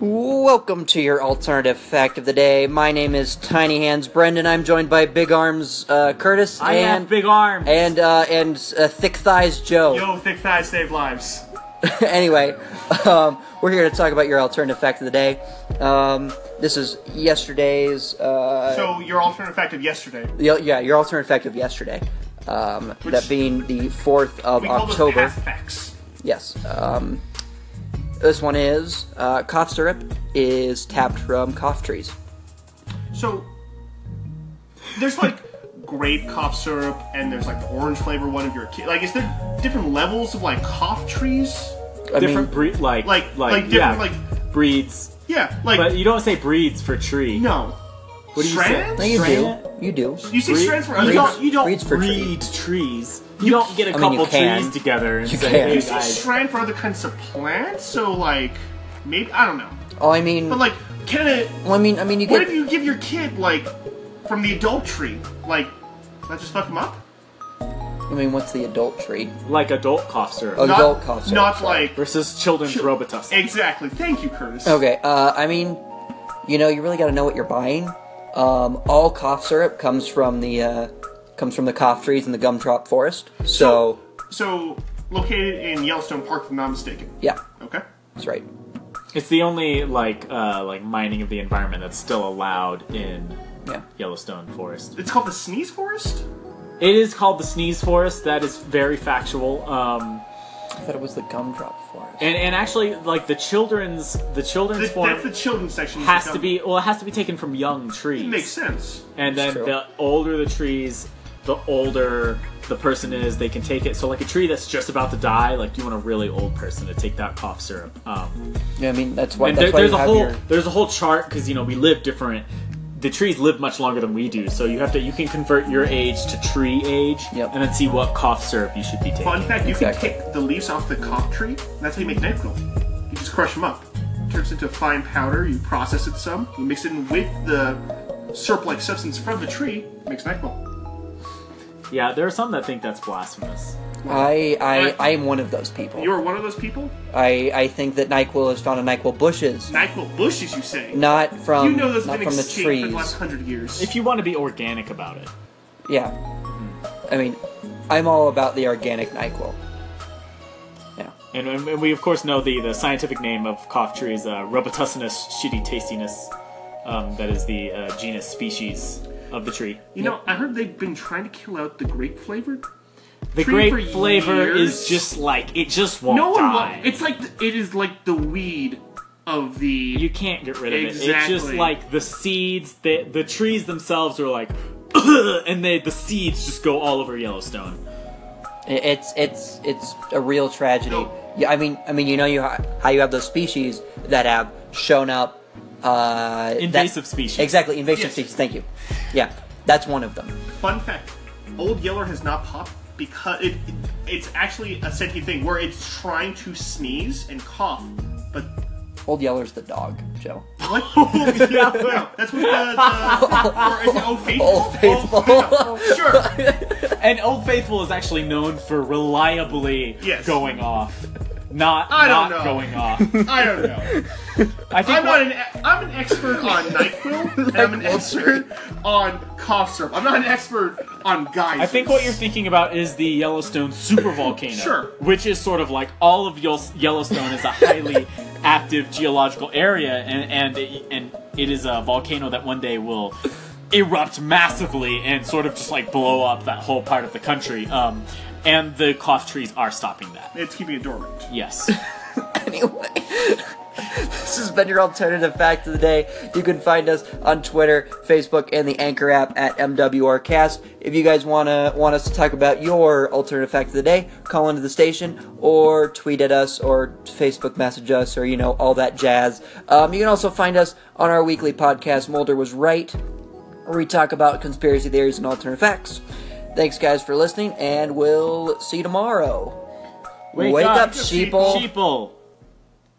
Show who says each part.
Speaker 1: Welcome to your alternative fact of the day. My name is Tiny Hands Brendan. I'm joined by Big Arms uh, Curtis
Speaker 2: I
Speaker 1: and
Speaker 2: have big arms.
Speaker 1: and uh, and uh, Thick Thighs Joe.
Speaker 3: Yo, thick thighs save lives.
Speaker 1: anyway, um, we're here to talk about your alternative fact of the day. Um, this is yesterday's. Uh,
Speaker 3: So your alternative fact of yesterday.
Speaker 1: y- yeah, your alternative fact of yesterday. Um, that being the fourth of
Speaker 3: We call those
Speaker 1: October.
Speaker 3: past facts.
Speaker 1: Yes. Um, this one is uh, cough syrup is tapped from cough trees.
Speaker 3: So there's like grape cough syrup, and there's like the orange flavor one of your kid. Like, is there different levels of like cough trees?
Speaker 1: I
Speaker 2: different
Speaker 1: mean,
Speaker 2: breed, like like,
Speaker 3: Like- like
Speaker 2: yeah,
Speaker 3: different,
Speaker 2: breeds.
Speaker 3: Yeah, like
Speaker 2: But you don't say breeds for tree.
Speaker 3: no.
Speaker 2: What do you
Speaker 3: strands?
Speaker 1: you
Speaker 2: Strand-
Speaker 1: do. You do.
Speaker 3: You see
Speaker 2: Breed-
Speaker 3: strands for
Speaker 2: you
Speaker 3: other
Speaker 2: don't, you don't
Speaker 1: breeds for tree.
Speaker 2: breed trees. You don't get a
Speaker 1: I mean, you
Speaker 2: couple
Speaker 1: can.
Speaker 2: trees together and
Speaker 1: You
Speaker 2: say,
Speaker 1: can.
Speaker 2: "Hey,
Speaker 3: You see
Speaker 2: guys,
Speaker 3: strand for other kinds of plants. So like maybe I don't know.
Speaker 1: Oh, I mean,
Speaker 3: But like, can it?
Speaker 1: well, I mean, I mean, you
Speaker 3: What
Speaker 1: get.
Speaker 3: if you give your kid like from the adult tree? Like, not just fuck him up.
Speaker 1: I mean, what's the adult tree?
Speaker 2: like adult cough syrup
Speaker 1: Oh.
Speaker 3: Not-
Speaker 1: Adult cough syrup,
Speaker 3: Not
Speaker 1: sorry.
Speaker 3: like
Speaker 2: versus children's Robitussin.
Speaker 3: Exactly. Thank you, Curtis.
Speaker 1: Okay. Uh, I mean, you know, you really got to know what you're buying. Um, all cough syrup comes from the uh, comes from the cough trees in the gumdrop forest. So,
Speaker 3: So, located in Yellowstone Park, if I'm not mistaken.
Speaker 1: yeah,
Speaker 3: Okay.
Speaker 1: that's right.
Speaker 2: It's the only like uh, like mining of the environment that's still allowed in
Speaker 1: Yeah.
Speaker 2: Yellowstone Forest.
Speaker 3: It's called the Sneeze Forest?
Speaker 2: It is called the Sneeze Forest. That is very factual. Um,
Speaker 1: I thought it was the gumdrop forest.
Speaker 2: and and actually, like the children's the children's
Speaker 3: Th-
Speaker 2: form
Speaker 3: that's the children's section. of
Speaker 2: has
Speaker 3: the
Speaker 2: to be well, it has to be taken from young trees.
Speaker 3: company. Makes sense.
Speaker 2: and
Speaker 1: That's
Speaker 2: then
Speaker 1: true.
Speaker 2: the older the trees, the older the person is, they can take it. So like a tree that's just about to die, like you want a really old person to take that cough syrup. Um,
Speaker 1: Yeah, I mean, that's why.
Speaker 2: and
Speaker 1: That's
Speaker 2: there-
Speaker 1: why
Speaker 2: there's
Speaker 1: you
Speaker 2: a
Speaker 1: have
Speaker 2: whole
Speaker 1: your.
Speaker 2: there's a whole chart because you know we live different. The trees live much longer than we do, so you have to you can convert your age to tree age,
Speaker 1: Yep.
Speaker 2: and then see what cough syrup you should be taking.
Speaker 3: Fun fact, you
Speaker 1: Exactly.
Speaker 3: can pick the leaves off the cough tree. and That's how you make NyQuil. You just crush them up. turns into a fine powder. You process it some. You mix it in with the syrup-like substance from the tree. Makes NyQuil.
Speaker 2: Yeah, there are some that think that's blasphemous.
Speaker 1: I I
Speaker 3: Uh,
Speaker 1: I am one of those people.
Speaker 3: You are one of those people?
Speaker 1: I, I think that NyQuil is found in NyQuil bushes,
Speaker 3: NyQuil bushes, you say?
Speaker 1: not from
Speaker 3: you know those
Speaker 1: not
Speaker 3: have been
Speaker 1: from the
Speaker 3: extinct for the last
Speaker 1: trees.
Speaker 3: hundred years.
Speaker 2: If you want to be organic about it,
Speaker 1: Yeah, I mean, I'm all about the organic NyQuil. Yeah,
Speaker 2: and, um, and we of course know the, the scientific name of cough tree is uh, Robitussinus shitty tastiness. Um, that is the uh, genus species of the tree.
Speaker 3: you know, I heard they've been trying to kill out the grape flavored
Speaker 2: The
Speaker 3: Tree
Speaker 2: grape
Speaker 3: for
Speaker 2: flavor is
Speaker 3: years.
Speaker 2: just like it just won't
Speaker 3: No one
Speaker 2: die.
Speaker 3: will. It's like the, it is like the weed of the.
Speaker 2: you can't get rid of it. It's just
Speaker 3: Exactly.
Speaker 2: like the seeds that the trees themselves are like, and they the seeds just go all over Yellowstone.
Speaker 1: It- it's it's it's a real tragedy.
Speaker 3: No.
Speaker 1: Yeah, I mean I mean you know you ha- how you have those species that have shown up. Uh, that-
Speaker 2: Invasive species.
Speaker 1: Exactly, invasive
Speaker 3: Yes.
Speaker 1: species. Thank you. Yeah, that's one of them.
Speaker 3: Fun fact: Old Yeller has not popped because it, it- it's actually a sentient thing where it's trying to sneeze and cough, but
Speaker 1: Old Yeller's the dog, Joe.
Speaker 3: what? yeah, no, that's what the, the or is it Old Faithful?
Speaker 1: Old Faithful.
Speaker 3: Oh, yeah, sure.
Speaker 2: And Old Faithful is actually known for reliably
Speaker 3: Yes.
Speaker 2: going off, not
Speaker 3: I
Speaker 2: not
Speaker 3: don't know.
Speaker 2: going off.
Speaker 3: I don't know.
Speaker 2: I think what-
Speaker 3: I'm not an e- I'm an expert on Nyquil. and I'm an expert on cough syrup. I'm not an expert on guys.
Speaker 2: I think what you're thinking about is the Yellowstone supervolcano,
Speaker 3: Sure.
Speaker 2: which is sort of like all of Yel- Yellowstone is a highly active geological area, and and it, and it is a volcano that one day will erupt massively and sort of just like blow up that whole part of the country. Um, and the cough trees are stopping that.
Speaker 3: It's keeping it dormant.
Speaker 2: Yes.
Speaker 1: anyway. This has been your alternative fact of the day. You can find us on Twitter, Facebook, and the Anchor app at MWRcast. If you guys wanna want us to talk about your alternative fact of the day, call into the station or tweet at us or Facebook message us or you know all that jazz. Um, you can also find us on our weekly podcast. Mulder was right, where we talk about conspiracy theories and alternative facts. Thanks, guys, for listening, and we'll see you tomorrow.
Speaker 2: Wake
Speaker 1: Wake
Speaker 2: up,
Speaker 1: up, sheeple.
Speaker 2: Sheeple.